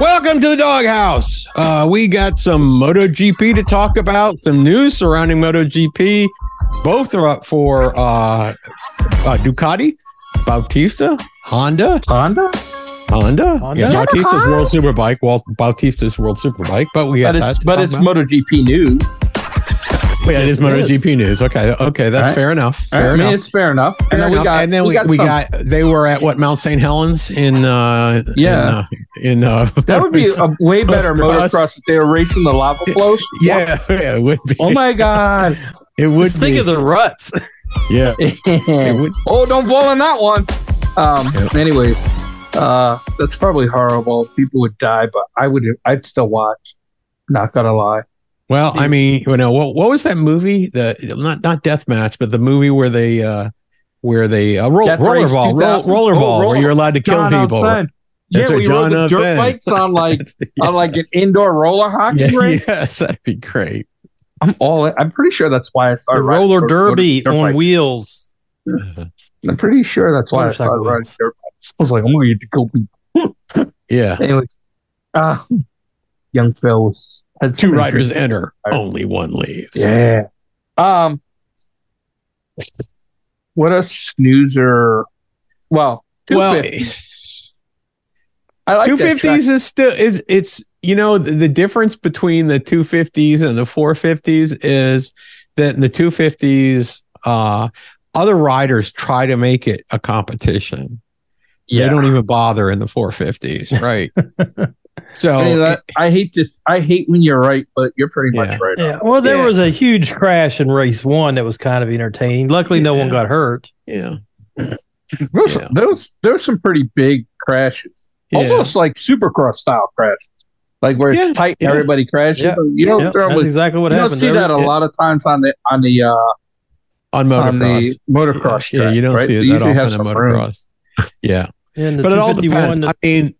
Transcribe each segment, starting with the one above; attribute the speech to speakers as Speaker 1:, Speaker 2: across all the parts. Speaker 1: Welcome to the doghouse. Uh, we got some MotoGP to talk about, some news surrounding MotoGP. Both are up for uh, uh, Ducati, Bautista, Honda,
Speaker 2: Honda?
Speaker 1: Honda.
Speaker 2: Honda?
Speaker 1: Yeah,
Speaker 2: Is
Speaker 3: that a
Speaker 1: Bautista's
Speaker 3: car?
Speaker 1: World Superbike. Well, Bautista's World Superbike, but we have
Speaker 2: but
Speaker 1: that.
Speaker 2: it's
Speaker 1: to
Speaker 2: but
Speaker 1: talk
Speaker 2: it's
Speaker 1: about.
Speaker 2: MotoGP news.
Speaker 1: yeah, it is MotoGP news. Okay, okay, that's
Speaker 2: Right.
Speaker 1: fair enough. Fair
Speaker 2: I mean,
Speaker 1: enough.
Speaker 2: it's fair enough.
Speaker 1: Fair
Speaker 2: and then
Speaker 1: enough.
Speaker 2: we got
Speaker 1: and then we,
Speaker 2: got
Speaker 1: we
Speaker 2: some-
Speaker 1: got, they were at what Mount St. Helens in uh
Speaker 2: Yeah.
Speaker 1: in uh, in uh
Speaker 2: that would be a way better
Speaker 1: Across.
Speaker 2: motocross if they were racing the lava flows.
Speaker 1: yeah, yeah it would be
Speaker 2: Oh my god.
Speaker 1: it would
Speaker 3: Just think
Speaker 1: be
Speaker 3: of the ruts.
Speaker 1: yeah it would
Speaker 2: oh, don't fall on that one. Um,
Speaker 1: Yep.
Speaker 2: anyways, uh, that's probably horrible. People would die, but I would, I'd still watch. Not gonna lie.
Speaker 1: Well, I mean, you know, what, what was that movie? The not not death match, but the movie where they uh where they uh, roll,
Speaker 2: Death Race
Speaker 1: rollerball, roll,
Speaker 2: 2000.
Speaker 1: rollerball,
Speaker 2: Oh, roll-
Speaker 1: where you're allowed to kill people.
Speaker 2: Jonathan. Yeah,
Speaker 1: That's
Speaker 2: we
Speaker 1: right,
Speaker 2: rode the dirt
Speaker 1: Jonathan.
Speaker 2: bikes on like on like an indoor roller hockey
Speaker 1: yeah,
Speaker 2: rink.
Speaker 1: yes, that'd be great.
Speaker 2: I'm all. in. I'm pretty sure that's why I started
Speaker 3: The
Speaker 2: riding
Speaker 3: roller
Speaker 2: dirt-
Speaker 3: derby
Speaker 2: dirt
Speaker 3: on
Speaker 2: bikes.
Speaker 3: wheels.
Speaker 2: I'm pretty sure that's why I
Speaker 3: Motorcycle
Speaker 2: started riding
Speaker 3: wheels.
Speaker 2: dirt bikes. I was like, I'm gonna get to kill people.
Speaker 1: Yeah,
Speaker 2: Anyways, uh, young Phil was had so
Speaker 1: two
Speaker 2: many
Speaker 1: riders
Speaker 2: dreams.
Speaker 1: enter, only one leaves.
Speaker 2: Yeah. Um. What a snoozer. Well,
Speaker 1: Well,
Speaker 2: 250. I like
Speaker 1: two
Speaker 2: that track.
Speaker 1: fifties is still is it's you know the, the difference between the two fifties and the four fifties is that in the two fifties uh other riders try to make it a competition. They don't even bother in the four fifties, right? so
Speaker 2: Hey, that- I hate this. I hate when you're right, but you're pretty
Speaker 1: Yeah.
Speaker 2: much right.
Speaker 3: Yeah. Well, there
Speaker 1: Yeah.
Speaker 3: was a huge crash in race one that was kind of entertaining. Luckily, no one
Speaker 1: Yeah.
Speaker 3: got hurt.
Speaker 1: yeah,
Speaker 2: There's,
Speaker 1: Yeah.
Speaker 2: there's there's some pretty big crashes,
Speaker 1: yeah.
Speaker 2: almost like supercross style crashes, like where it's
Speaker 1: Yeah.
Speaker 2: tight and
Speaker 1: Yeah.
Speaker 2: everybody crashes.
Speaker 3: Yeah.
Speaker 2: You don't
Speaker 3: Yep, that's
Speaker 2: normally
Speaker 3: exactly what
Speaker 2: you
Speaker 3: happened.
Speaker 2: don't see
Speaker 3: There
Speaker 2: that
Speaker 3: was-
Speaker 2: a lot of times on the on the uh,
Speaker 1: on motocross.
Speaker 2: on the motocross.
Speaker 1: yeah,
Speaker 2: track,
Speaker 1: you don't
Speaker 2: right?
Speaker 1: see
Speaker 2: They
Speaker 1: it that
Speaker 2: usually have
Speaker 1: often in
Speaker 2: some room.
Speaker 1: motocross. Yeah.
Speaker 3: in the
Speaker 1: but it all
Speaker 3: 251
Speaker 1: depends. I mean,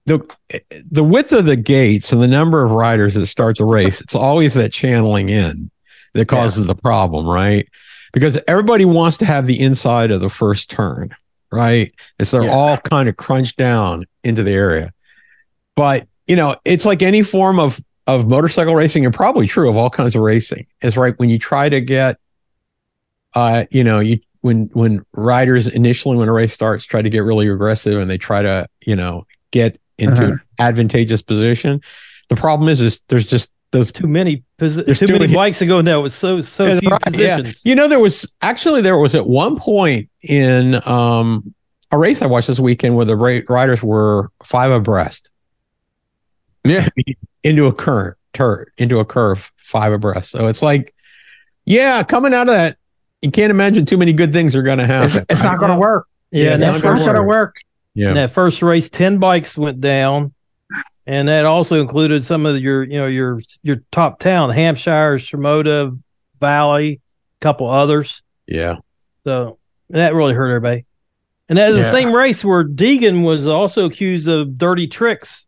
Speaker 1: the the width of the gates and the number of riders that start the race, it's always that channeling in that causes the problem, right? Because everybody wants to have the inside of the first turn, right? As they're
Speaker 2: Yeah.
Speaker 1: all kind of crunched down into the area. But you know, it's like any form of of motorcycle racing, and probably true of all kinds of racing, is right when you try to get uh, you know, you when when riders initially when a race starts try to get really aggressive and they try to you know get into
Speaker 2: Uh-huh.
Speaker 1: advantageous position. The problem is, is there's just those.
Speaker 3: too many posi-
Speaker 1: There's
Speaker 3: too,
Speaker 1: too
Speaker 3: many,
Speaker 1: many-
Speaker 3: bikes to go. No, it was so so
Speaker 1: That's
Speaker 3: few
Speaker 1: right, yeah.
Speaker 3: positions.
Speaker 1: You know, there was actually there was at one point in um, a race I watched this weekend where the ra- riders were five abreast.
Speaker 2: Yeah.
Speaker 1: into a current tur into a curve five abreast. So it's like, yeah, coming out of that, you can't imagine too many good things are going to
Speaker 2: It's,
Speaker 1: happen.
Speaker 2: it's not going to
Speaker 3: Yeah.
Speaker 2: work.
Speaker 3: Yeah,
Speaker 1: Yeah,
Speaker 3: and that
Speaker 1: it's
Speaker 2: It's
Speaker 1: not
Speaker 2: not
Speaker 3: first,
Speaker 2: going to
Speaker 1: gonna
Speaker 2: work.
Speaker 1: yeah.
Speaker 3: in that first race, ten bikes went down, and that also included some of your you know your your top town, Hampshire, Shimoda Valley, a couple others.
Speaker 1: Yeah.
Speaker 3: So that really hurt everybody. And that is
Speaker 2: Yeah.
Speaker 3: the same race where Deegan was also accused of dirty tricks.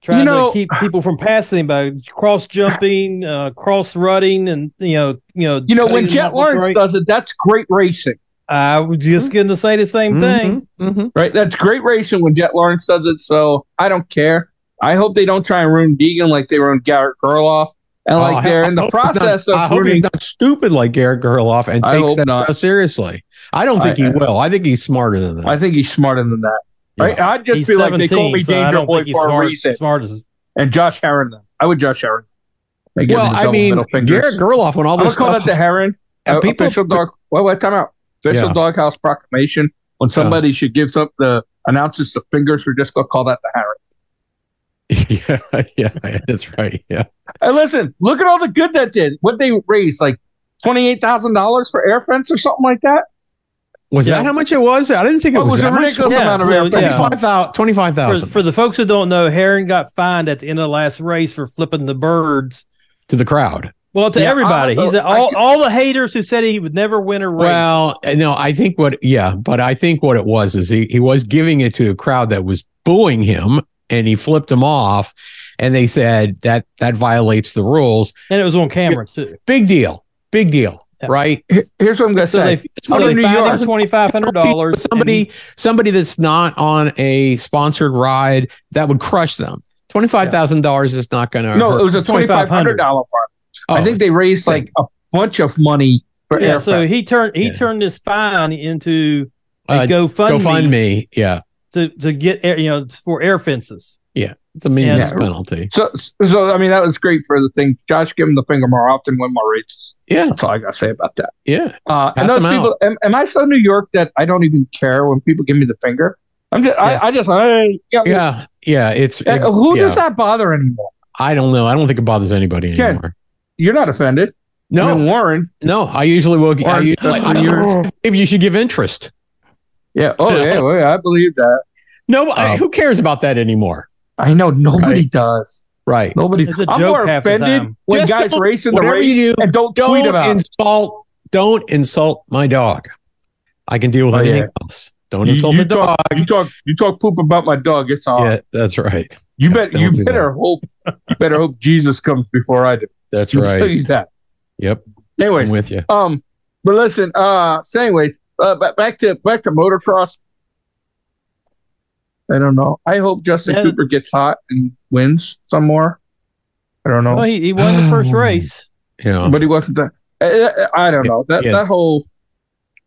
Speaker 3: Trying
Speaker 2: know-
Speaker 3: to keep people from passing by cross jumping, uh, cross rutting, and you know, you know,
Speaker 2: You know,
Speaker 3: cutting
Speaker 2: when
Speaker 3: them off
Speaker 2: Jet
Speaker 3: the
Speaker 2: Lawrence
Speaker 3: break.
Speaker 2: does Hmm? it, that's great racing,
Speaker 3: I was just going to say the same
Speaker 2: Mm-hmm.
Speaker 3: thing.
Speaker 1: Mhm, mhm.
Speaker 2: right? That's great racing when Jet Lawrence does it. So I don't care. I hope they don't try and ruin Deegan like they ruined Garrett Gerloff. And
Speaker 1: Oh,
Speaker 2: like
Speaker 1: I-
Speaker 2: they're
Speaker 1: I
Speaker 2: in the
Speaker 1: hope he's not-
Speaker 2: process
Speaker 1: I
Speaker 2: of
Speaker 1: hope he's
Speaker 2: ruining.
Speaker 1: not stupid like Garrett Gerloff and
Speaker 2: I
Speaker 1: takes
Speaker 2: hope
Speaker 1: that
Speaker 2: not.
Speaker 1: stuff seriously. I don't think
Speaker 2: I-
Speaker 1: he will. I think he's smarter than that.
Speaker 2: I think he's smarter than that. Right?
Speaker 1: Yeah.
Speaker 2: I'd just
Speaker 3: He's
Speaker 2: be like, they call me
Speaker 3: 17, so I
Speaker 2: Danger
Speaker 3: don't
Speaker 2: Boy
Speaker 3: think he's
Speaker 2: for
Speaker 3: smart-
Speaker 2: a reason.
Speaker 3: Smart as
Speaker 2: And Josh Heron, then. I would Josh Heron. give him
Speaker 1: well,
Speaker 2: the
Speaker 1: I
Speaker 2: double
Speaker 1: mean,
Speaker 2: middle fingers.
Speaker 1: Garrett Gerloff when all
Speaker 2: I'm
Speaker 1: this
Speaker 2: gonna call
Speaker 1: stuff
Speaker 2: that the Heron.
Speaker 1: and
Speaker 2: Uh,
Speaker 1: people-
Speaker 2: official dog. Wait, wait, time out. Official
Speaker 1: Yeah.
Speaker 2: doghouse proclamation. When somebody should gives up the announces the fingers, we're just gonna call that the Heron.
Speaker 1: yeah, yeah, that's right. Yeah,
Speaker 2: And listen, look at all the good that did. What they raised, like twenty eight thousand dollars for air fence or something like that.
Speaker 1: was
Speaker 3: Yeah.
Speaker 1: that how much it was? I didn't think it
Speaker 2: It
Speaker 1: was,
Speaker 2: was a
Speaker 1: that much.
Speaker 2: ridiculous
Speaker 3: Yeah,
Speaker 2: amount of air
Speaker 3: yeah.
Speaker 2: fence.
Speaker 1: Twenty-five thousand. Twenty-five
Speaker 3: for,
Speaker 1: thousand
Speaker 3: for the folks who don't know, Heron got fined at the end of the last race for flipping the birds.
Speaker 1: to the crowd.
Speaker 3: Well, to
Speaker 2: Yeah,
Speaker 3: everybody,
Speaker 2: I-
Speaker 3: he's all all the haters who said he would never win a race.
Speaker 1: Well, no, I think what. Yeah, but I think what it was is he he was giving it to a crowd that was booing him, and he flipped them off, and they said that that violates the rules.
Speaker 3: and it was on camera too.
Speaker 1: Big deal. Big deal.
Speaker 3: Yeah.
Speaker 1: Right.
Speaker 2: Here- Here's what I'm gonna
Speaker 3: So
Speaker 2: say.
Speaker 3: they, so
Speaker 2: not
Speaker 3: they
Speaker 2: in New
Speaker 3: fined
Speaker 2: York.
Speaker 3: him twenty five hundred dollars.
Speaker 1: somebody somebody that's not on a sponsored ride that would crush them Twenty five thousand dollars is not going to.
Speaker 2: No, it was a twenty five hundred
Speaker 3: $2,500.
Speaker 2: dollar farm.
Speaker 1: Oh.
Speaker 2: I think they raised like a bunch of money for
Speaker 3: yeah,
Speaker 2: air.
Speaker 3: so
Speaker 2: freight.
Speaker 3: he turned he
Speaker 1: Yeah.
Speaker 3: turned his fine into a
Speaker 1: Uh,
Speaker 3: GoFundMe,
Speaker 1: go find me. Yeah,
Speaker 3: to to get air, you know for air fences.
Speaker 1: it's a meaningless
Speaker 2: Yeah.
Speaker 1: penalty.
Speaker 2: So, so I mean, that was great for the thing. Josh, give him the finger more often, win more races.
Speaker 1: Yeah,
Speaker 2: That's all I gotta say about that.
Speaker 1: yeah.
Speaker 2: Uh, and
Speaker 1: Pass
Speaker 2: those
Speaker 1: them
Speaker 2: people, am, am I so New York that I don't even care when people give me the finger? I'm just,
Speaker 3: Yes.
Speaker 2: I, I just, I, yeah.
Speaker 1: Yeah, yeah. It's,
Speaker 2: Uh,
Speaker 1: it's-
Speaker 2: Who
Speaker 1: yeah.
Speaker 2: does that bother anymore?
Speaker 1: I don't know. I don't think it bothers anybody
Speaker 2: Yeah.
Speaker 1: anymore.
Speaker 2: You're not offended. I mean, oh.
Speaker 1: No,
Speaker 2: Warren.
Speaker 1: no. I usually will. I
Speaker 2: Warren
Speaker 1: usually,
Speaker 2: Buffett,
Speaker 1: I
Speaker 2: you're-
Speaker 1: if you should give interest.
Speaker 2: yeah. Oh, yeah. well, yeah, I believe that.
Speaker 1: No, I-
Speaker 2: Oh.
Speaker 1: who cares about that anymore?
Speaker 2: I know nobody
Speaker 1: Right.
Speaker 2: does.
Speaker 1: Right.
Speaker 2: Nobody.
Speaker 3: It's a
Speaker 2: I'm
Speaker 3: joke
Speaker 2: more
Speaker 3: half the
Speaker 2: offended
Speaker 3: time.
Speaker 2: when
Speaker 1: Just
Speaker 2: guys
Speaker 1: don't-
Speaker 2: race in the
Speaker 1: Whatever
Speaker 2: race
Speaker 1: you do,
Speaker 2: and don't, tweet
Speaker 1: don't
Speaker 2: about. it.
Speaker 1: insult. Don't insult my dog. I can deal with
Speaker 2: Oh,
Speaker 1: anything
Speaker 2: yeah.
Speaker 1: else. Don't
Speaker 2: You-
Speaker 1: insult
Speaker 2: you
Speaker 1: the
Speaker 2: talk-
Speaker 1: dog.
Speaker 2: You talk. You talk poop about my dog. It's on.
Speaker 1: Yeah, that's right.
Speaker 2: you
Speaker 1: yeah,
Speaker 2: bet.
Speaker 1: don't
Speaker 2: You
Speaker 1: do that.
Speaker 2: better hope. You better hope Jesus comes before I do.
Speaker 1: That's
Speaker 2: I'll tell
Speaker 1: right.
Speaker 2: you that.
Speaker 1: Yep, I'm
Speaker 2: Anyways,
Speaker 1: with you.
Speaker 2: Um, but listen. Uh, so anyways, uh, ba- back to back to motocross. I don't know. I hope Justin
Speaker 3: Yeah.
Speaker 2: Cooper gets hot and wins some more. I don't know,
Speaker 3: Well, he, he won the first race.
Speaker 1: Yeah,
Speaker 2: but he wasn't that. uh, I, I- I don't know that
Speaker 1: Yeah.
Speaker 2: that whole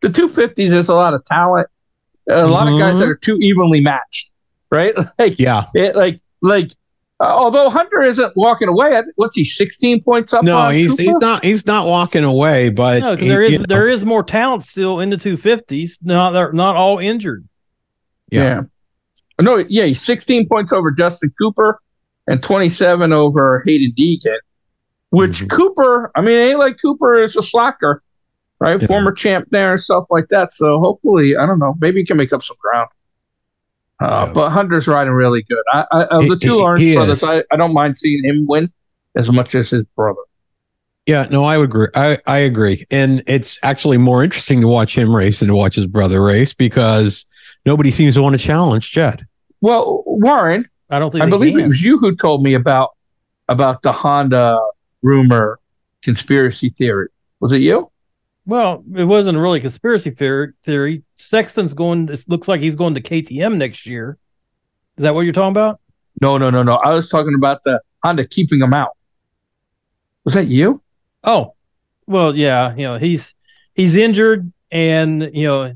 Speaker 2: the two fifties is a lot of talent. A lot of guys
Speaker 1: Mhm.
Speaker 2: that are too evenly matched, right? Like
Speaker 1: yeah.
Speaker 2: it, like like. Uh, although Hunter isn't walking away, I think, what's he? Sixteen points up.
Speaker 1: No,
Speaker 2: on
Speaker 1: he's
Speaker 2: Cooper?
Speaker 1: he's not he's not walking away. But
Speaker 3: No, 'cause
Speaker 1: he-
Speaker 3: there is
Speaker 1: you know,
Speaker 3: there is more talent still in the two fifties. Not they're not all injured.
Speaker 1: Yeah.
Speaker 2: No, yeah, he's 16 points over Justin Cooper and 27 over Hayden Deacon, which
Speaker 1: Mhm.
Speaker 2: Cooper, I mean, it ain't like Cooper is a slacker, right?
Speaker 1: Yeah.
Speaker 2: Former champ there and stuff like that. So hopefully, I don't know, maybe he can make up some ground. Uh,
Speaker 1: Yeah.
Speaker 2: But Hunter's riding really good. I, I, of
Speaker 1: He-
Speaker 2: the two
Speaker 1: he-
Speaker 2: Lawrence
Speaker 1: he
Speaker 2: brothers,
Speaker 1: is.
Speaker 2: I, I don't mind seeing him win as much as his brother.
Speaker 1: yeah, no, I would agree. I I agree, and it's actually more interesting to watch him race than to watch his brother race because nobody seems to want to challenge Jed.
Speaker 2: Well, Warren,
Speaker 3: I don't think
Speaker 2: I
Speaker 3: they
Speaker 2: believe
Speaker 3: can.
Speaker 2: it was you who told me about about the Honda rumor conspiracy theory. Was it you?
Speaker 3: Well, it wasn't really a conspiracy theory. Theory. Sexton's going. It looks like he's going to KTM next year. Is that what you're talking about?
Speaker 2: No, no, no, no. I was talking about the Honda keeping him out. Was that you?
Speaker 3: Oh, well, yeah. You know, he's he's injured, and you know,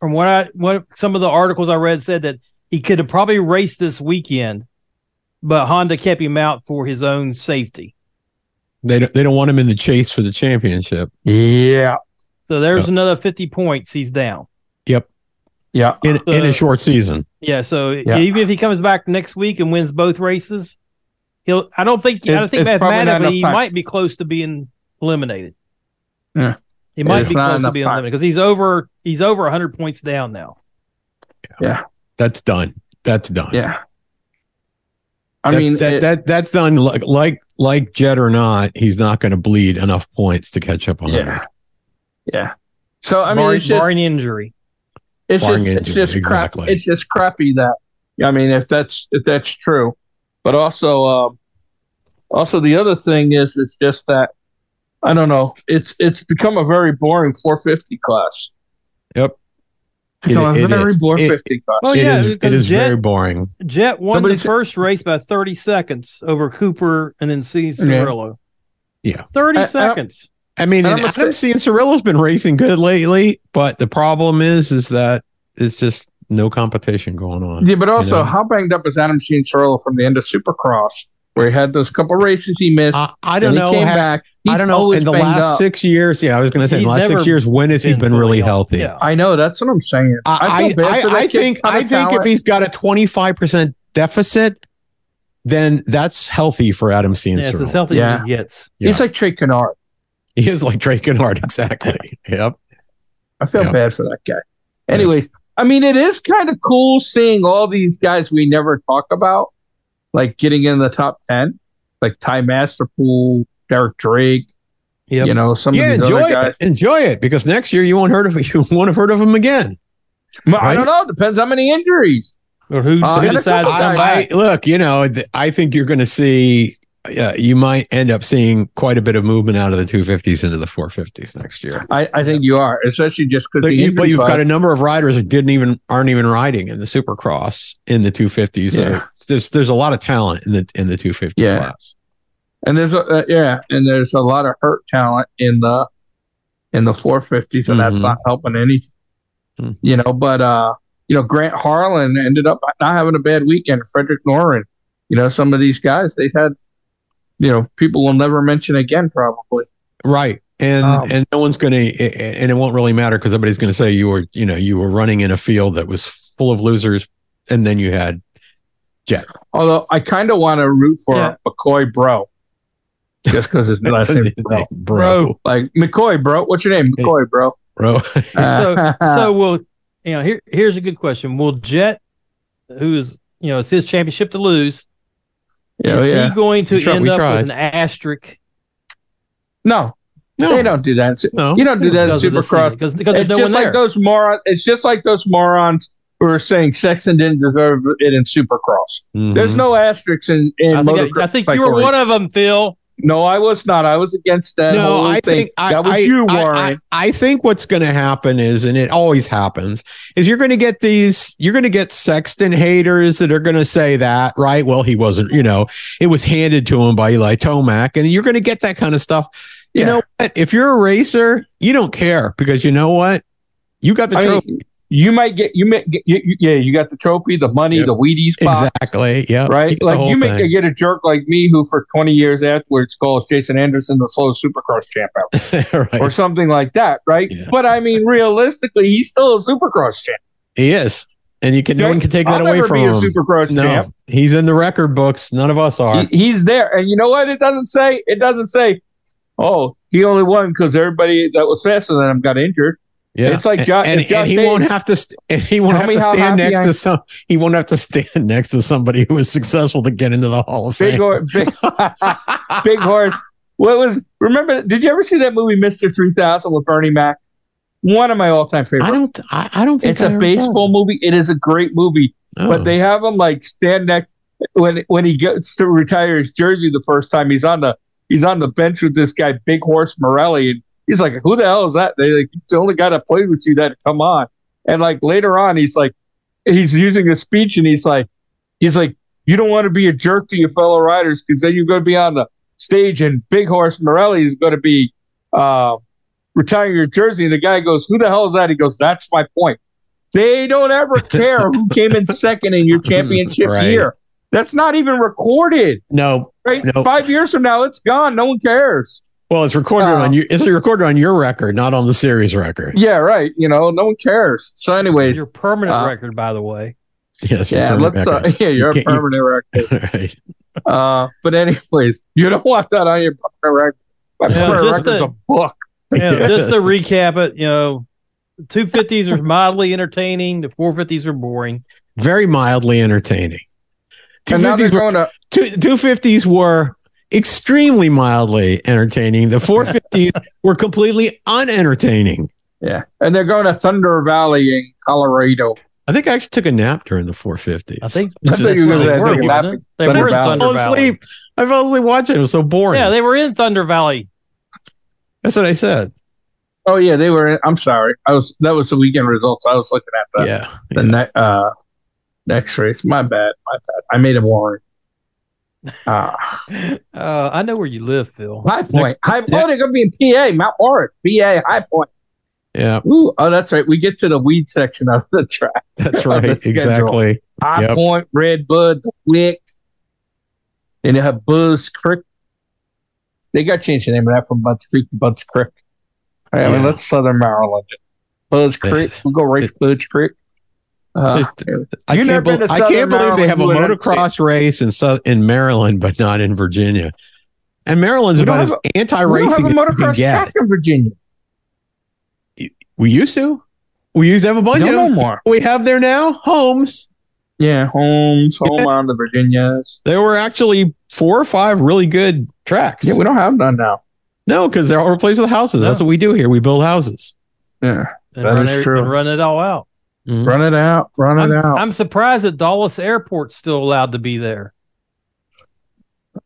Speaker 3: from what I what some of the articles I read said that he could have probably raced this weekend, but Honda kept him out for his own safety.
Speaker 1: They don't, they don't want him in the chase for the championship.
Speaker 2: Yeah.
Speaker 3: So there's another 50 points he's down.
Speaker 2: Yeah.
Speaker 1: in, in
Speaker 3: Uh,
Speaker 1: a short season.
Speaker 3: Yeah. So
Speaker 2: Yeah.
Speaker 3: even if he comes back next week and wins both races, he'll. I don't think. I don't
Speaker 2: It-
Speaker 3: think
Speaker 2: it's probably not
Speaker 3: mathematically he
Speaker 2: enough time.
Speaker 3: might be close to being eliminated.
Speaker 2: Yeah.
Speaker 3: He might
Speaker 2: It's
Speaker 3: be
Speaker 2: not
Speaker 3: close to
Speaker 2: enough
Speaker 3: being
Speaker 2: time.
Speaker 3: eliminated because he's over. He's over 100 points down now.
Speaker 1: That's done. That's done.
Speaker 2: Yeah. I
Speaker 1: That's-
Speaker 2: mean,
Speaker 1: that,
Speaker 2: it-
Speaker 1: that that's done. Like like like Jet or not, he's not going to bleed enough points to catch up on him.
Speaker 2: yeah. Yeah. So, I mean,
Speaker 3: barring,
Speaker 2: it's just,
Speaker 3: barring injury.
Speaker 2: it's
Speaker 1: barring
Speaker 2: just, it's
Speaker 1: injury,
Speaker 2: just crap.
Speaker 1: exactly.
Speaker 2: It's just crappy that, I mean, if that's, if that's true, but also, um, also the other thing is, it's just that, I don't know. It's, it's become a very boring 450 class.
Speaker 1: Yep. It-
Speaker 2: Become
Speaker 1: it
Speaker 2: a
Speaker 1: is.
Speaker 2: very boring
Speaker 1: It-
Speaker 2: 50 class.
Speaker 3: Well,
Speaker 1: It
Speaker 3: yeah,
Speaker 1: is-
Speaker 3: because
Speaker 1: it is
Speaker 3: Jet-
Speaker 1: very boring.
Speaker 3: Jet won
Speaker 2: Nobody's-
Speaker 3: the first race by 30 seconds over Cooper and then C. Cirillo.
Speaker 1: Yeah.
Speaker 3: 30
Speaker 2: I- I-
Speaker 3: seconds.
Speaker 1: I mean,
Speaker 2: And
Speaker 1: and
Speaker 2: I'm gonna
Speaker 1: Adam C. and Cirillo's been racing good lately, but the problem is, is that it's just no competition going on.
Speaker 2: Yeah, but also,
Speaker 1: know?
Speaker 2: how banged up is Adam Ciancerello from the end of Supercross, where he had those couple races he missed?
Speaker 1: I, I don't
Speaker 2: then
Speaker 1: know.
Speaker 2: He came
Speaker 1: how-
Speaker 2: back.
Speaker 1: I
Speaker 2: He's
Speaker 1: don't know.
Speaker 2: always
Speaker 1: In the
Speaker 2: banged
Speaker 1: last
Speaker 2: up.
Speaker 1: six years, yeah, I was going to say in
Speaker 3: He's
Speaker 1: the last
Speaker 3: never
Speaker 1: six years, when has he been
Speaker 3: fully
Speaker 1: really
Speaker 3: health-
Speaker 1: healthy?
Speaker 3: Yeah.
Speaker 2: I know that's what I'm saying.
Speaker 1: I,
Speaker 2: feel
Speaker 1: I,
Speaker 2: bad for that
Speaker 1: I, I
Speaker 2: kid.
Speaker 1: think
Speaker 2: Ton of
Speaker 1: I think if
Speaker 2: talent.
Speaker 1: he's got a 25% deficit, then that's healthy for Adam C.
Speaker 3: Yeah, it's as healthy as
Speaker 2: Yeah.
Speaker 3: it gets.
Speaker 2: he's like Trey Kennard.
Speaker 1: He is like Drake and Hart, exactly. yep.
Speaker 2: I feel
Speaker 1: Yeah.
Speaker 2: bad for that guy. Anyways, I mean, it is kind of cool seeing all these guys we never talk about, like getting in the top ten, like Ty Masterpool, Derek Drake.
Speaker 3: Yep.
Speaker 2: You know, some
Speaker 1: Yeah,
Speaker 2: of these
Speaker 1: enjoy
Speaker 2: other guys.
Speaker 1: it. Enjoy it because next year you won't heard of you won't have heard of him again.
Speaker 2: But I don't know. Depends how many injuries.
Speaker 3: Or who,
Speaker 2: Uh, and
Speaker 3: who
Speaker 2: a
Speaker 3: decides
Speaker 2: couple
Speaker 3: to come
Speaker 2: guys-
Speaker 3: back?
Speaker 1: I, I look, you know, th- I think you're going to see. Uh, you might end up seeing quite a bit of movement out of the 250s into the 450s next year.
Speaker 2: I, I think you are, especially just because
Speaker 1: But, you, but you've got a number of riders that didn't even aren't even riding in the Supercross in the 250s that
Speaker 2: Yeah.
Speaker 1: are there's there's a lot of talent in the in the 250
Speaker 2: Yeah.
Speaker 1: class.
Speaker 2: and there's a uh, yeah, and there's a lot of hurt talent in the in the 450s, and that's
Speaker 1: Mhm.
Speaker 2: not helping anything.
Speaker 1: Hmm.
Speaker 2: You know, but uh, you know, Grant Harlan ended up not having a bad weekend. Frederick Norin, you know, some of these guys they've had, you know, people will never mention again probably.
Speaker 1: Right. And
Speaker 2: Um,
Speaker 1: and no one's going to and it won't really matter because everybody's going to say you were you know you were running in a field that was full of losers and then you had
Speaker 2: Although I kind of want to root for
Speaker 3: Yeah.
Speaker 2: McCoy Bro, just because his last name is Bro.
Speaker 1: bro
Speaker 2: Like McCoy Bro, what's your name,
Speaker 1: Hey.
Speaker 2: McCoy Bro?
Speaker 1: bro.
Speaker 3: So-
Speaker 2: uh,
Speaker 3: so will you know here here's a good question will jet who is you know it's his championship to lose
Speaker 2: yeah,
Speaker 3: is
Speaker 2: yeah.
Speaker 3: he going to
Speaker 1: We tried-
Speaker 3: end
Speaker 1: we
Speaker 3: up
Speaker 1: tried.
Speaker 3: with an asterisk
Speaker 2: No,
Speaker 1: No,
Speaker 2: they don't do that.
Speaker 1: no.
Speaker 2: You don't do that in Supercross.
Speaker 3: because because there's
Speaker 2: It's
Speaker 3: no one
Speaker 2: just like
Speaker 3: there
Speaker 2: those morons. It's just like those morons who are saying Sexton didn't deserve it in Supercross. There's
Speaker 1: Mhm.
Speaker 2: no asterisks in, in
Speaker 3: Mm-hmm. I think,
Speaker 2: motocross
Speaker 3: I, think you were
Speaker 2: category.
Speaker 3: one of them Phil
Speaker 2: No, I was not. I was against that.
Speaker 1: no,
Speaker 2: whole
Speaker 1: I
Speaker 2: thing.
Speaker 1: think I,
Speaker 2: that was
Speaker 1: I-
Speaker 2: you,
Speaker 1: I-
Speaker 2: Warren.
Speaker 1: I, I think what's going to happen is, and it always happens, is you're going to get these, you're going to get Sexton haters that are going to say that, right? Well, he wasn't, you know, it was handed to him by Eli Tomac, and you're going to get that kind of stuff. You
Speaker 2: Yeah.
Speaker 1: know what? If you're a racer, you don't care because you know what? You got the
Speaker 2: I mean,
Speaker 1: trophy.
Speaker 2: you might get you may get you, you- yeah you got the trophy, the money,
Speaker 1: Yep.
Speaker 2: the Wheaties box,
Speaker 1: exactly. Yeah.
Speaker 2: right? Like you may get a jerk like me who for 20 years afterwards calls Jason Anderson the slowest Supercross champ out
Speaker 1: get right.
Speaker 2: or something like that, right?
Speaker 1: Yeah.
Speaker 2: But I mean, realistically, he's still a Supercross champ.
Speaker 1: He is, and you can. No
Speaker 2: Okay?
Speaker 1: one can take that
Speaker 2: I'll
Speaker 1: away
Speaker 2: never
Speaker 1: from
Speaker 2: be a
Speaker 1: him.
Speaker 2: Supercross
Speaker 1: No,
Speaker 2: champ.
Speaker 1: he's in the record books. None of us are.
Speaker 2: He- he's there. And you know what? It doesn't say. It doesn't say. Oh, he only won because everybody that was faster than him got injured.
Speaker 1: Yeah,
Speaker 2: It's like
Speaker 1: And-
Speaker 2: Jo-
Speaker 1: and,
Speaker 2: if Josh
Speaker 1: and he
Speaker 2: Hayes-
Speaker 1: won't have to. St- and he won't
Speaker 2: Tell
Speaker 1: have
Speaker 2: me
Speaker 1: to
Speaker 2: how
Speaker 1: stand
Speaker 2: happy
Speaker 1: next
Speaker 2: I-
Speaker 1: to some. He won't have to stand next to somebody who was successful to get into the Hall of
Speaker 2: Big
Speaker 1: Fame.
Speaker 2: horse. Big, big horse. What was? Remember? Did you ever see that movie Mister Three Thousand with Bernie Mac? One of my all-time
Speaker 1: I
Speaker 2: favorites.
Speaker 1: don't. I, I don't think
Speaker 2: It's
Speaker 1: I
Speaker 2: a
Speaker 1: ever
Speaker 2: baseball movie. It is a great movie,
Speaker 1: did.
Speaker 2: but
Speaker 1: Oh.
Speaker 2: they have him like stand next when when he gets to retire his jersey the first time. He's on the he's on the bench with this guy, Big Horse Morelli, and he's like, "Who the hell is that?" They like, "He's the only guy that played with you that come on." And like later on, he's like, he's using a speech, and he's like, he's like, "You don't want to be a jerk to your fellow riders because then you're going to be on the stage, and Big Horse Morelli is going to be." Uh, retiring your jersey and the guy goes who the hell is that he goes that's my point they don't ever care who came in second in your championship
Speaker 1: Right.
Speaker 2: year that's not even recorded
Speaker 1: no.
Speaker 2: Right?
Speaker 1: Nope.
Speaker 2: Five years from now, it's gone. No one cares.
Speaker 1: Well, it's recorded
Speaker 2: Uh,
Speaker 1: on you. It's recorded on your record, not on the series record.
Speaker 2: Yeah, right. You know, no one cares. So, anyways,
Speaker 3: your permanent
Speaker 2: uh,
Speaker 3: record by the way
Speaker 1: Yes.
Speaker 2: yeah,
Speaker 1: recorded
Speaker 2: let's. Uh,
Speaker 1: record.
Speaker 2: yeah, you're a
Speaker 1: can't- you-
Speaker 2: permanent record.
Speaker 1: right.
Speaker 2: Uh, but anyways, you don't want that on your permanent record. My
Speaker 3: Yeah,
Speaker 2: permanent
Speaker 3: just
Speaker 2: record's
Speaker 3: the-
Speaker 2: a book.
Speaker 3: Yeah,
Speaker 1: Yeah.
Speaker 3: just to recap it you know 250s are mildly entertaining the 450s are boring
Speaker 1: Very mildly entertaining.
Speaker 2: And now they're
Speaker 1: 250s were-
Speaker 2: going to.
Speaker 1: two 250s were extremely mildly entertaining. The 450s were completely unentertaining.
Speaker 2: Yeah, and they're going to Thunder Valley in Colorado.
Speaker 1: I think I actually took a nap during the 450s.
Speaker 3: i think
Speaker 2: I
Speaker 1: Which
Speaker 2: thought
Speaker 1: is
Speaker 2: you were
Speaker 1: really
Speaker 2: gonna say
Speaker 1: weird.
Speaker 2: they were
Speaker 3: wasn't it? they were in
Speaker 2: Valley.
Speaker 1: I
Speaker 3: thunder
Speaker 1: fell
Speaker 3: valley
Speaker 1: asleep. I fell asleep watching. It was so boring.
Speaker 3: yeah they were in thunder valley
Speaker 1: That's what I said.
Speaker 2: Oh yeah, they were. In, I'm sorry. I was. That was the weekend results. I was looking at that.
Speaker 1: yeah.
Speaker 2: the ne- uh, next race. My bad. My bad. I made a warrant. Uh,
Speaker 3: uh, i know where you live phil
Speaker 2: High Point. High, Oh, they're going to be in PA, Mount Warren, PA, High Point.
Speaker 1: Yeah.
Speaker 2: Ooh, oh, that's right. We get to the weed section of the track.
Speaker 1: That's
Speaker 2: On
Speaker 1: right.
Speaker 2: the schedule.
Speaker 1: exactly.
Speaker 2: High
Speaker 1: Yep.
Speaker 2: Point, Red Bud, the Wick. Then they have Buzz Creek. They got to change the name of that from Bud's Creek to Bud's Creek. I mean,
Speaker 1: Yeah.
Speaker 2: that's Southern Maryland. Buzz Creek. We'll go race Buzz Creek. Uh,
Speaker 1: I can't,
Speaker 2: You've never been
Speaker 1: bel-
Speaker 2: to
Speaker 1: I can't believe
Speaker 2: Southern
Speaker 1: they
Speaker 2: Maryland,
Speaker 1: have a
Speaker 2: you wouldn't
Speaker 1: motocross race in South- in Maryland, but not in Virginia. And Maryland's
Speaker 2: We don't
Speaker 1: about as
Speaker 2: have we don't have
Speaker 1: anti-racing
Speaker 2: a
Speaker 1: as you can
Speaker 2: motocross
Speaker 1: get.
Speaker 2: track in Virginia.
Speaker 1: We used to. We used to have a bunch
Speaker 2: No,
Speaker 1: of
Speaker 2: no
Speaker 1: them.
Speaker 2: more.
Speaker 1: We have there now Homes.
Speaker 2: Yeah, Holmes, home on the Virginias.
Speaker 1: There were actually four or five really good tracks.
Speaker 2: Yeah, we don't have none now.
Speaker 1: no, because they're all replaced with houses. That's
Speaker 3: No.
Speaker 1: what we do here. We build houses.
Speaker 2: Yeah,
Speaker 3: and
Speaker 2: That
Speaker 3: run,
Speaker 2: is
Speaker 3: every-
Speaker 2: true.
Speaker 3: and run it all out
Speaker 2: run it out, run
Speaker 3: I'm,
Speaker 2: it out.
Speaker 3: I'm surprised that Dallas Airport's still allowed to be there.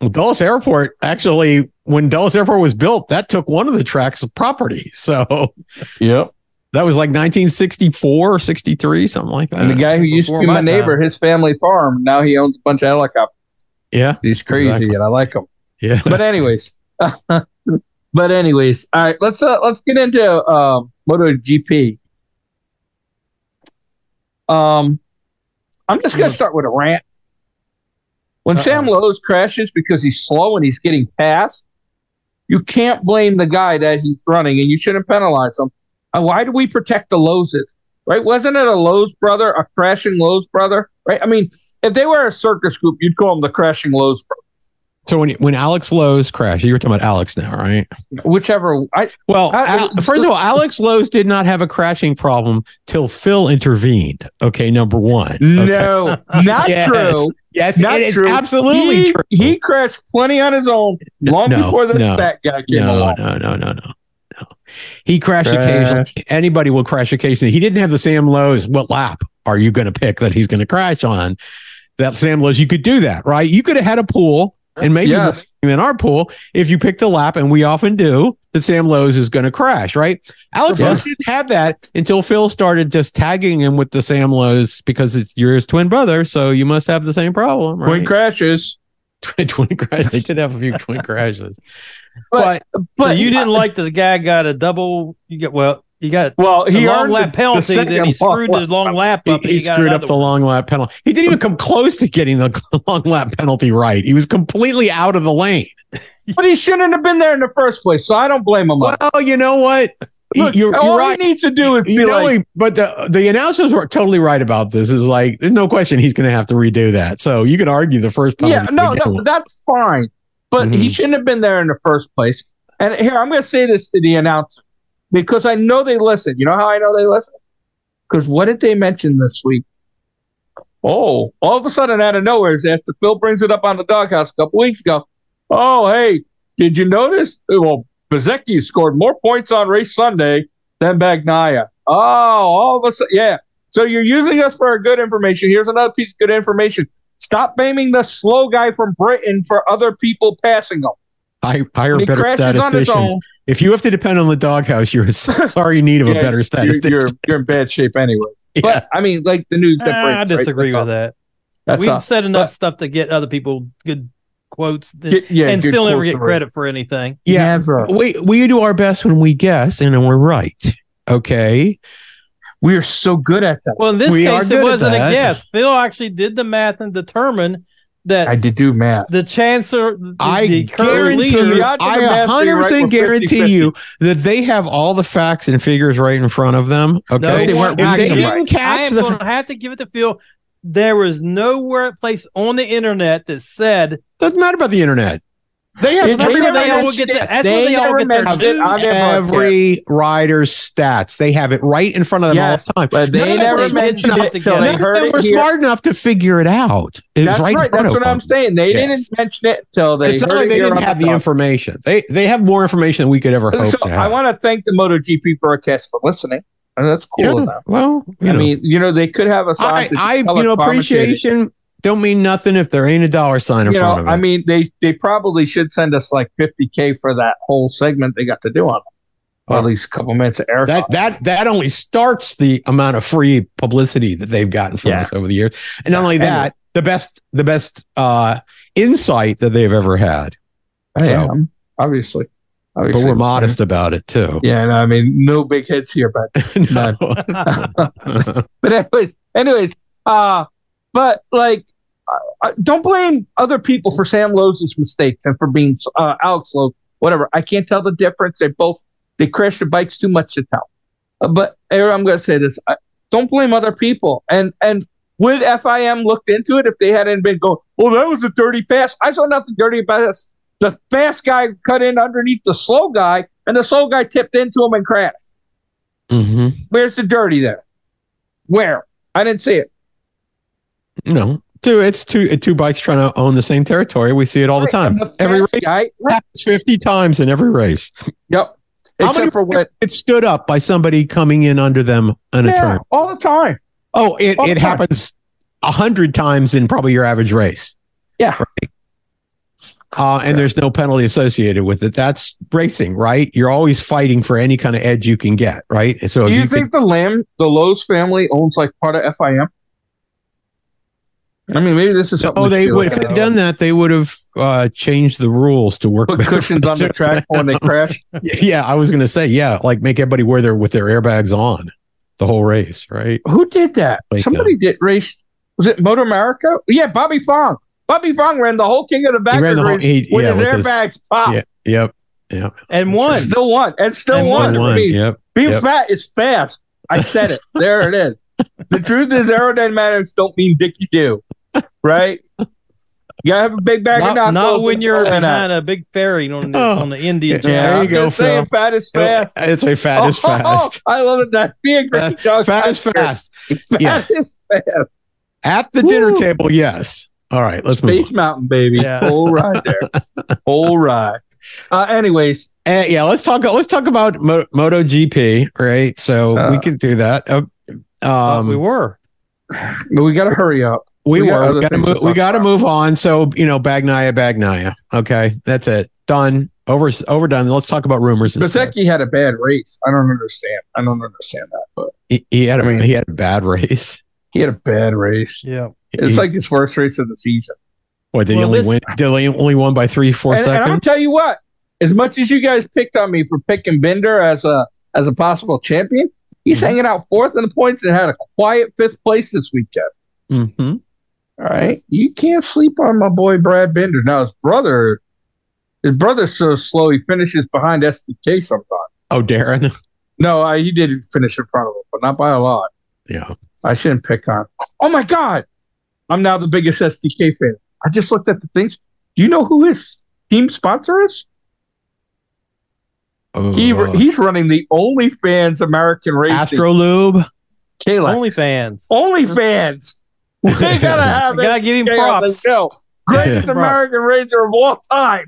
Speaker 1: Well, Dulles Airport actually, when Dulles Airport was built, that took one of the tracks of property. So
Speaker 2: yep.
Speaker 1: That was like 1964 or 63, something like that.
Speaker 2: And the guy who used to
Speaker 3: Before
Speaker 2: be
Speaker 3: my
Speaker 2: my neighbor,
Speaker 3: time.
Speaker 2: his family farm, now he owns a bunch of helicopters.
Speaker 1: yeah.
Speaker 2: He's crazy,
Speaker 1: Exactly.
Speaker 2: and I like him.
Speaker 1: Yeah.
Speaker 2: But anyways, but anyways, all right. Let's uh, let's get into um, MotoGP. Um, I'm just gonna start with a rant. When
Speaker 3: Uh-oh.
Speaker 2: Sam Lowe's crashes because he's slow and he's getting passed, you can't blame the guy that he's running, and you shouldn't penalize him. Uh, why do we protect the Lowe's? Right? Wasn't it a Lowe's brother, a crashing Lowe's brother? Right? I mean, if they were a circus group, you'd call them the crashing Lowe's brother.
Speaker 1: So when when Alex Lowe's crashed, you were talking about Alex now, right?
Speaker 2: Whichever I
Speaker 1: Well,
Speaker 2: I-
Speaker 1: Al- first of all, Alex Lowe's did not have a crashing problem till Phil intervened. Okay, number one. Okay.
Speaker 2: No, not
Speaker 1: Yes,
Speaker 2: true.
Speaker 1: yes,
Speaker 2: not
Speaker 1: it is
Speaker 2: true.
Speaker 1: absolutely
Speaker 2: he,
Speaker 1: true.
Speaker 2: he crashed plenty on his own long
Speaker 1: no,
Speaker 2: before this
Speaker 1: no,
Speaker 2: fat guy came
Speaker 1: no,
Speaker 2: along.
Speaker 1: no, no, no, no, no. He crashed
Speaker 2: Crash.
Speaker 1: occasionally. Anybody will crash occasionally. He didn't have the Sam Lowe's. What lap are you going to pick that he's going to crash on? That Sam Lowe's, you could do that, right? You could have had a pool and maybe
Speaker 2: Yes.
Speaker 1: in our pool, if you pick the lap, and we often do, that Sam Lowe's is going to crash, right? Alex
Speaker 2: Yeah.
Speaker 1: Lowe's didn't have that until Phil started just tagging him with the Sam Lowe's because it's you're his twin brother, so you must have the same problem,
Speaker 2: When
Speaker 1: right?
Speaker 2: crashes,
Speaker 1: Twin, twin crash. They did have a few twin crashes,
Speaker 2: But-
Speaker 1: but,
Speaker 2: but
Speaker 3: so you didn't like the guy got a double. You got well. You got
Speaker 2: Well,
Speaker 3: the
Speaker 2: he
Speaker 3: long
Speaker 2: earned
Speaker 3: lap
Speaker 2: the,
Speaker 3: penalty.
Speaker 2: The
Speaker 3: then he
Speaker 2: second long
Speaker 3: screwed
Speaker 2: lap.
Speaker 3: the long lap
Speaker 1: he,
Speaker 3: up. and
Speaker 1: he
Speaker 3: got
Speaker 1: screwed up
Speaker 3: another
Speaker 1: the
Speaker 3: one.
Speaker 1: long lap penalty. He didn't even come close to getting the long lap penalty right. He was completely out of the lane.
Speaker 2: but he shouldn't have been there in the first place. So I don't blame him. on
Speaker 1: Well, you know what?
Speaker 2: it. Look,
Speaker 1: you're,
Speaker 2: all
Speaker 1: you're right.
Speaker 2: he needs to do is be
Speaker 1: You know,
Speaker 2: like,
Speaker 1: he- but the the announcers were totally right about this. Is like, there's no question he's going to have to redo that. So you can argue the first penalty.
Speaker 2: yeah, no,
Speaker 1: we get
Speaker 2: no,
Speaker 1: one.
Speaker 2: that's fine. But he
Speaker 1: Mhm.
Speaker 2: shouldn't have been there in the first place. And here, I'm going to say this to the announcer because I know they listen. You know how I know they listen? Because what did they mention this week? Oh, all of a sudden, out of nowhere, is after Phil brings it up on the doghouse a couple weeks ago. Oh, hey, did you notice? Well, Bezecchi scored more points on race Sunday than Bagnaia. Oh, all of a sudden, yeah. So you're using us for good information. Here's another piece of good information. Stop blaming the slow guy from Britain for other people passing him.
Speaker 1: I hire
Speaker 2: When he
Speaker 1: better
Speaker 2: crashes on his
Speaker 1: statisticians.
Speaker 2: own,
Speaker 1: If you have to depend on the doghouse, you're in sorry need of
Speaker 2: Yeah,
Speaker 1: a better
Speaker 2: you're,
Speaker 1: statistician.
Speaker 2: you're, you're in bad shape anyway. But I mean, like the news that
Speaker 3: Ah,
Speaker 2: breaks.
Speaker 3: I disagree with that.
Speaker 2: that.
Speaker 3: We've said enough
Speaker 2: But-
Speaker 3: stuff to get other people good quotes that-
Speaker 2: yeah,
Speaker 3: and
Speaker 2: good
Speaker 3: still never
Speaker 2: quote
Speaker 3: get
Speaker 2: to read.
Speaker 3: credit for anything.
Speaker 1: yeah,
Speaker 2: Never.
Speaker 1: we we do our best when we guess and then we're right. Okay.
Speaker 2: We are so good at that.
Speaker 3: Well, in this
Speaker 1: We are
Speaker 3: case,
Speaker 1: good
Speaker 3: it
Speaker 1: at
Speaker 3: wasn't a
Speaker 1: that.
Speaker 3: guess. Phil actually did the math and determined that
Speaker 2: I did do math.
Speaker 3: the chancellor, the,
Speaker 1: I
Speaker 3: the current
Speaker 1: guarantee
Speaker 3: leader,
Speaker 1: you,
Speaker 2: Beyond the
Speaker 1: I
Speaker 2: math being
Speaker 1: 100%
Speaker 2: right, we're
Speaker 1: guarantee
Speaker 2: 50-50.
Speaker 1: you that they have all the facts and figures right in front of them.
Speaker 3: No,
Speaker 1: Okay.
Speaker 2: They weren't
Speaker 1: if they
Speaker 2: reading them
Speaker 1: didn't
Speaker 2: right.
Speaker 3: I
Speaker 1: catch
Speaker 3: am
Speaker 1: the
Speaker 3: going to have to give it to Phil. There was nowhere place on the internet that said
Speaker 1: doesn't matter about the internet. They have
Speaker 2: It-
Speaker 3: that's
Speaker 1: every
Speaker 3: where
Speaker 2: never
Speaker 3: they all
Speaker 2: mentioned
Speaker 3: get their-
Speaker 2: it.
Speaker 3: that's where
Speaker 2: They
Speaker 3: they all
Speaker 2: never
Speaker 3: get their
Speaker 2: mentioned it on
Speaker 3: news.
Speaker 2: their broadcast.
Speaker 1: every rider's stats. They have it right in front of them
Speaker 2: Yes,
Speaker 1: all the time.
Speaker 2: But they
Speaker 1: None of them
Speaker 2: never
Speaker 1: were smart
Speaker 2: mentioned
Speaker 1: enough-
Speaker 2: it until
Speaker 1: none
Speaker 2: they
Speaker 1: of
Speaker 2: heard
Speaker 1: them
Speaker 2: it
Speaker 1: were
Speaker 2: here.
Speaker 1: smart enough to figure it out. It was
Speaker 2: That's
Speaker 1: right.
Speaker 2: right.
Speaker 1: in front
Speaker 2: That's
Speaker 1: of
Speaker 2: what I'm
Speaker 1: them.
Speaker 2: saying. They
Speaker 1: Yes.
Speaker 2: didn't mention it till they
Speaker 1: it's
Speaker 2: heard
Speaker 1: not like
Speaker 2: it
Speaker 1: they
Speaker 2: here
Speaker 1: didn't
Speaker 2: on
Speaker 1: have the
Speaker 2: top.
Speaker 1: information. They they have more information than we could ever hope
Speaker 2: So
Speaker 1: to have.
Speaker 2: I want to thank the MotoGP broadcast for listening. And that's cool
Speaker 1: Yeah,
Speaker 2: of them.
Speaker 1: well, you
Speaker 2: I
Speaker 1: know,
Speaker 2: mean, you know, they could have us on.
Speaker 1: I,
Speaker 2: to
Speaker 1: I
Speaker 2: color
Speaker 1: you know
Speaker 2: commentate it.
Speaker 1: appreciation don't mean nothing if there ain't a dollar sign in
Speaker 2: you
Speaker 1: front
Speaker 2: know,
Speaker 1: of it.
Speaker 2: I mean, they they probably should send us like 50k for that whole segment they got to do on them. Or at
Speaker 1: Well,
Speaker 2: least a couple minutes of air.
Speaker 1: that that that only starts the amount of free publicity that they've gotten from
Speaker 2: Yeah.
Speaker 1: us over the years and not only
Speaker 2: Anyway.
Speaker 1: that the best the best uh insight that they've ever had
Speaker 2: Oh, I
Speaker 1: so-
Speaker 2: am, obviously.
Speaker 1: but
Speaker 2: obviously.
Speaker 1: we're modest about it too
Speaker 2: Yeah, no, I mean, no big hits here, but
Speaker 1: No.
Speaker 2: but anyways, anyways, uh, but like, uh, uh, don't blame other people for Sam Lowe's mistakes and for being uh, Alex Lowe, whatever. I can't tell the difference. They both they crashed their bikes too much to tell. Uh, but Aaron, I'm going to say this: I, don't blame other people. And and would FIM looked into it if they hadn't been going? Well, that was a dirty pass. I saw nothing dirty about this. The fast guy cut in underneath the slow guy, and the slow guy tipped into him and crashed.
Speaker 1: Mhm.
Speaker 2: Where's the dirty there? Where? I didn't see it.
Speaker 1: no two it's two two bikes trying to own the same territory we see it all the time
Speaker 2: The
Speaker 1: every
Speaker 2: fast
Speaker 1: race
Speaker 2: guy-
Speaker 1: happens 50 times in every race How
Speaker 2: Yep. Except
Speaker 1: many-
Speaker 2: for what?
Speaker 1: it's stood up by somebody coming in under them on a
Speaker 2: Yeah,
Speaker 1: turn
Speaker 2: all the time.
Speaker 1: oh it,
Speaker 2: all the
Speaker 1: it
Speaker 2: time.
Speaker 1: happens a hundred times in probably your average race Uh, and there's no penalty associated with it. That's racing, right? You're always fighting for any kind of edge you can get, right? And so
Speaker 2: Do
Speaker 1: if
Speaker 2: you,
Speaker 1: Oh, you
Speaker 2: think the Lamb, the Lowe's family owns like part of FIM? I mean, maybe this
Speaker 1: could,
Speaker 2: is something.
Speaker 1: oh,
Speaker 2: we
Speaker 1: they
Speaker 2: should
Speaker 1: would if
Speaker 2: look at.
Speaker 1: they'd done that, they would have uh, changed the rules to work.
Speaker 2: put
Speaker 1: better.
Speaker 2: cushions on the track when they crash.
Speaker 1: yeah, I was gonna say, yeah, like make everybody wear their with their airbags on the whole race, right?
Speaker 2: Who did that?
Speaker 1: Like, uh,
Speaker 2: Somebody did race. Was it Motor America? Yeah, Bobby Fong. Bobby Fong ran the whole King of the
Speaker 1: He ran
Speaker 2: Backers
Speaker 1: the whole,
Speaker 2: race
Speaker 1: he,
Speaker 2: with
Speaker 1: yeah,
Speaker 2: his
Speaker 1: with his,
Speaker 2: airbags pop.
Speaker 1: yeah, yep, That's
Speaker 3: and one.
Speaker 1: right.
Speaker 2: Still won and still
Speaker 3: And
Speaker 2: won.
Speaker 1: one,
Speaker 2: I mean,
Speaker 1: yep,
Speaker 2: being
Speaker 1: Yep.
Speaker 2: fat is fast. I said it. there it is. The truth is, aerodynamics don't mean dicky do, right? You gotta have a big bag of
Speaker 3: Not,
Speaker 2: knuckles.
Speaker 3: not when
Speaker 2: and
Speaker 3: you're
Speaker 2: all that.
Speaker 3: behind a big ferry on the,
Speaker 1: Oh.
Speaker 3: on the Indian
Speaker 1: Yeah.
Speaker 3: Channel.
Speaker 1: There you
Speaker 2: I'm
Speaker 1: go,
Speaker 2: just saying, fat is fast. Oh,
Speaker 1: It's a fat is fast.
Speaker 2: I love it. That be a great joke.
Speaker 1: Fat is fast
Speaker 2: Fat
Speaker 1: Yeah.
Speaker 2: is fast.
Speaker 1: at the dinner
Speaker 2: Woo.
Speaker 1: table. Yes. All right, let's move.
Speaker 2: Space Mountain, baby.
Speaker 3: Yeah.
Speaker 2: Whole ride there. Whole ride. Uh, anyways,
Speaker 1: Uh, yeah, let's talk. Let's talk about Mo- MotoGP, right? So
Speaker 2: Uh,
Speaker 1: we can do that. Uh,
Speaker 3: Thought
Speaker 1: um,
Speaker 3: we were.
Speaker 2: we got to hurry up.
Speaker 1: we,
Speaker 2: we got
Speaker 1: were.
Speaker 2: other
Speaker 1: We got to
Speaker 2: things to
Speaker 1: move. We
Speaker 2: talk
Speaker 1: got to
Speaker 2: about.
Speaker 1: move on. So you know, Bagnaya, Bagnaya. Okay, that's it. Done. Over. Overdone. Let's talk about rumors. instead.
Speaker 2: Bezecchi had a bad race. I don't understand. I don't understand that, but
Speaker 1: He, he had. A,
Speaker 2: I mean-
Speaker 1: he had a bad race.
Speaker 2: he had a bad race.
Speaker 3: Yeah.
Speaker 2: It's
Speaker 1: He-
Speaker 2: like his worst race of the season.
Speaker 1: what did he
Speaker 3: well,
Speaker 1: only
Speaker 3: this-
Speaker 1: win? Did he only won by three, four
Speaker 2: And, and
Speaker 1: seconds?
Speaker 2: I'll tell you what, as much as you guys picked on me for picking Bender as a as a possible champion, he's
Speaker 1: Mhm.
Speaker 2: hanging out fourth in the points and had a quiet fifth place this weekend.
Speaker 1: Mhm.
Speaker 2: All right. You can't sleep on my boy Brad Bender. Now his brother his brother's so slow he finishes behind SDK sometimes.
Speaker 1: Oh, Darren.
Speaker 2: No, I, he did finish in front of him, but not by a lot.
Speaker 1: Yeah.
Speaker 2: I shouldn't pick on. Oh my God. I'm now the biggest SDK fan. I just looked at the things. Do you know who his team sponsor is? He
Speaker 1: Oh.
Speaker 2: he's running the OnlyFans American Racing.
Speaker 1: Astrolube.
Speaker 2: Kalex.
Speaker 3: Only fans.
Speaker 2: OnlyFans. We gotta
Speaker 3: I
Speaker 2: have
Speaker 3: gotta
Speaker 2: it.
Speaker 3: give him
Speaker 2: on the
Speaker 3: props.
Speaker 2: show. Greatest
Speaker 3: Yeah.
Speaker 2: American racer of all time.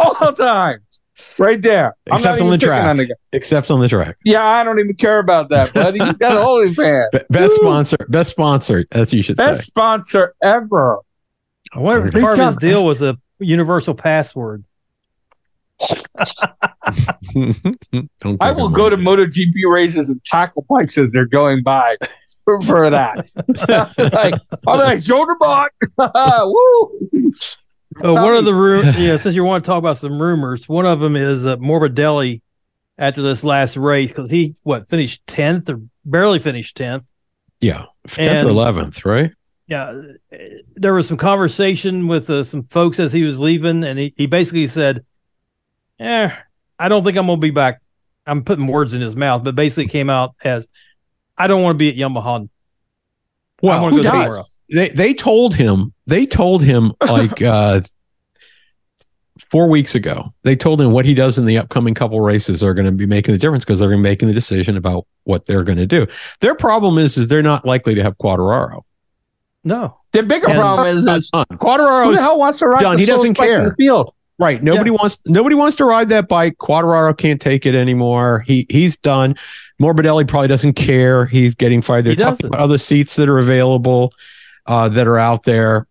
Speaker 2: All time. Right there. I'm
Speaker 1: Except
Speaker 2: not
Speaker 1: on
Speaker 2: even
Speaker 1: the
Speaker 2: picking
Speaker 1: track.
Speaker 2: on the guy.
Speaker 1: Except on the track.
Speaker 2: yeah, I don't even care about that, but he's got OnlyFans.
Speaker 1: Be- best
Speaker 2: Woo.
Speaker 1: sponsor. Best sponsor. That's what you should
Speaker 2: Best
Speaker 1: say.
Speaker 2: sponsor ever.
Speaker 3: I wonder if
Speaker 1: Great
Speaker 3: part of his
Speaker 2: job,
Speaker 3: deal was a universal password.
Speaker 1: Don't
Speaker 2: I
Speaker 1: give
Speaker 2: will
Speaker 1: him
Speaker 2: go to
Speaker 1: ideas.
Speaker 2: MotoGP races and tackle bikes as they're going by for, for that. like, I'm like, shoulder block. Woo.
Speaker 3: Oh,
Speaker 2: Tell
Speaker 3: one of
Speaker 2: me.
Speaker 3: the ru- you know, since you want to talk about some rumors, one of them is that Morbidelli after this last race because he what finished tenth or barely finished tenth.
Speaker 1: Yeah, tenth
Speaker 3: And-
Speaker 1: or eleventh, right?
Speaker 3: Yeah, uh, there was some conversation with uh, some folks as he was leaving, and he, he basically said, "Eh, I don't think I'm gonna be back." I'm putting words in his mouth, but basically came out as, "I don't want to be at Yamaha. I
Speaker 1: Well,
Speaker 3: want to go
Speaker 1: who
Speaker 3: somewhere
Speaker 1: does?
Speaker 3: else."
Speaker 1: they they told him they told him like uh, four weeks ago. They told him what he does in the upcoming couple races are going to be making the difference because they're going to be making the decision about what they're going to do. Their problem is is they're not likely to have Quadraro.
Speaker 3: No,
Speaker 2: The bigger
Speaker 3: And-
Speaker 2: problem is, is
Speaker 1: On
Speaker 2: who the
Speaker 1: Quadraro's
Speaker 2: hell wants to ride
Speaker 1: done.
Speaker 2: the
Speaker 1: He doesn't
Speaker 2: slowest bike in
Speaker 1: care.
Speaker 2: the field?
Speaker 1: right. Nobody wants nobody wants to ride that bike. Quadraro can't take it anymore. He he's done. Morbidelli probably doesn't care. He's getting fired. They're
Speaker 3: He
Speaker 1: talking
Speaker 3: doesn't.
Speaker 1: about other seats that are available, uh, that are out there.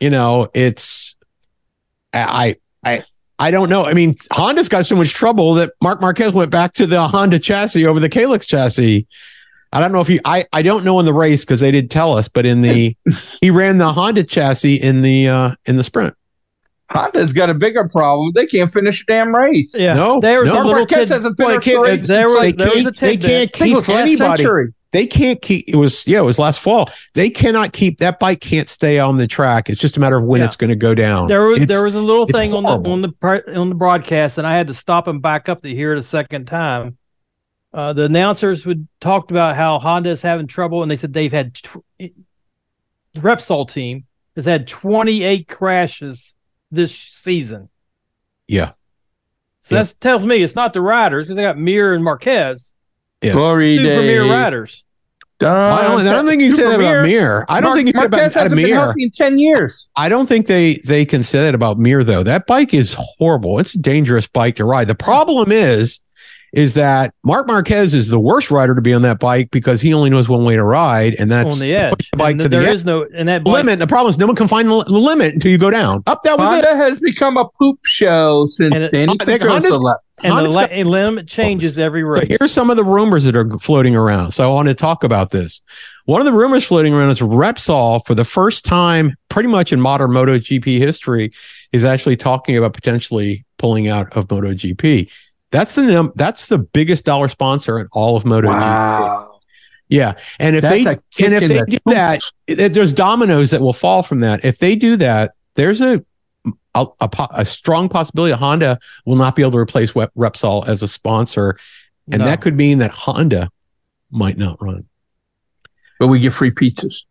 Speaker 1: You know, it's I I I- I don't know. I mean, Honda's got so much trouble that Mark Marquez went back to the Honda chassis over the Calyx chassis. I don't know if he I I don't know in the race because they didn't tell us, but in the he ran the Honda chassis in the uh in the sprint.
Speaker 2: Honda's got a bigger problem. They can't finish a damn race.
Speaker 3: yeah,
Speaker 1: No,
Speaker 3: there was
Speaker 1: no.
Speaker 3: a little
Speaker 2: Marquez
Speaker 3: kid.
Speaker 2: hasn't
Speaker 1: Well, they
Speaker 2: finished a
Speaker 1: can't,
Speaker 2: race.
Speaker 3: there
Speaker 1: there
Speaker 3: was-
Speaker 1: they,
Speaker 3: there was
Speaker 1: can't
Speaker 3: a
Speaker 1: they can't
Speaker 3: tidbit.
Speaker 2: I think it was
Speaker 1: keep
Speaker 2: last
Speaker 1: anybody.
Speaker 2: century.
Speaker 1: They can't keep it was yeah, it was last fall. They cannot keep that bike can't stay on the track. It's just a matter of when
Speaker 3: Yeah.
Speaker 1: it's going to go down.
Speaker 3: There was
Speaker 1: Um, It's-
Speaker 3: there was a little
Speaker 1: it's
Speaker 3: thing on the
Speaker 1: horrible.
Speaker 3: on the pri- on the broadcast, and I had to stop and back up to hear it a second time. Uh, the announcers would talked about how Honda is having trouble, and they said they've had tw- eh, the Repsol team has had 28 crashes this season. uh,
Speaker 1: yeah.
Speaker 3: So
Speaker 1: Yeah.
Speaker 3: that tells me it's not the riders because they got Mir and Marquez,
Speaker 1: Yeah.
Speaker 2: Glory
Speaker 3: two Premier
Speaker 2: days.
Speaker 3: riders.
Speaker 2: Dun,
Speaker 1: I don't, I don't
Speaker 2: dun.
Speaker 1: think you said that about
Speaker 2: Premier.
Speaker 1: Mir. I don't
Speaker 2: Mar-
Speaker 1: think you said
Speaker 2: Marquez
Speaker 1: about, about
Speaker 2: hasn't been
Speaker 1: Mir.
Speaker 2: healthy in ten years.
Speaker 1: I don't think they they can say that about Mir though. That bike is horrible. It's a dangerous bike to ride. The problem is is that Mark Marquez is the worst rider to be on that bike because he only knows one way to ride, and that's to
Speaker 3: on the
Speaker 1: push
Speaker 3: edge.
Speaker 1: the bike
Speaker 3: And
Speaker 1: to the
Speaker 3: there
Speaker 1: edge.
Speaker 3: is no and that
Speaker 1: The
Speaker 3: bike,
Speaker 1: limit. The problem is no one can find the li- the limit until you go down. Up, that was it.
Speaker 2: Honda has become a poop show since
Speaker 3: And it-
Speaker 2: Danny
Speaker 1: I think
Speaker 2: Pedrosa
Speaker 1: Honda's-
Speaker 2: left.
Speaker 3: and the
Speaker 1: Honda's
Speaker 3: la-
Speaker 1: got-
Speaker 3: and limit changes every
Speaker 1: So
Speaker 3: race.
Speaker 1: here's some of the rumors that are floating around. So I want to talk about this. One of the rumors floating around is Repsol, for the first time, pretty much in modern MotoGP history, is actually talking about potentially pulling out of MotoGP. That's the num- that's the biggest dollar sponsor in all of MotoGP.
Speaker 2: Wow.
Speaker 1: Yeah, and if
Speaker 2: That's
Speaker 1: they
Speaker 2: a kick
Speaker 1: if
Speaker 2: in
Speaker 1: they
Speaker 2: the
Speaker 1: did
Speaker 2: poop.
Speaker 1: that, it- there's dominoes that will fall from that. If they do that, there's a a, a po- a strong possibility Honda will not be able to replace Wep- Repsol as a sponsor, and
Speaker 3: No.
Speaker 1: that could mean that Honda might not run.
Speaker 2: But we get free pizzas.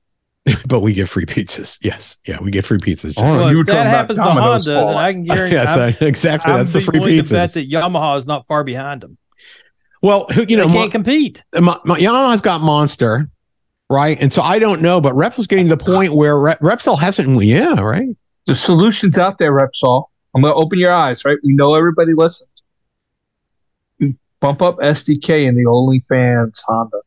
Speaker 1: but we get free pizzas. Yes, yeah, we get free pizzas.
Speaker 2: Oh,
Speaker 3: Well,
Speaker 2: you were
Speaker 3: if that
Speaker 2: talking about
Speaker 3: happens to
Speaker 2: dominoes
Speaker 3: Honda, then
Speaker 2: falling.
Speaker 3: I can guarantee.
Speaker 1: yes,
Speaker 3: I'm,
Speaker 1: I- exactly.
Speaker 3: I'm
Speaker 1: that's the
Speaker 3: be
Speaker 1: free
Speaker 3: willing to bet
Speaker 1: pizzas.
Speaker 3: that Yamaha is not far behind them.
Speaker 1: well, who, you know,
Speaker 3: they
Speaker 1: Mo-
Speaker 3: can't compete.
Speaker 1: my, my, Yamaha's got Monster, right? And so I don't know, but Repsol's getting to the point where Re- Repsol hasn't. Yeah, right.
Speaker 2: The solution's out there, Repsol. I'm going to open your eyes, right? We know everybody listens. Bump up SDK and the OnlyFans Honda.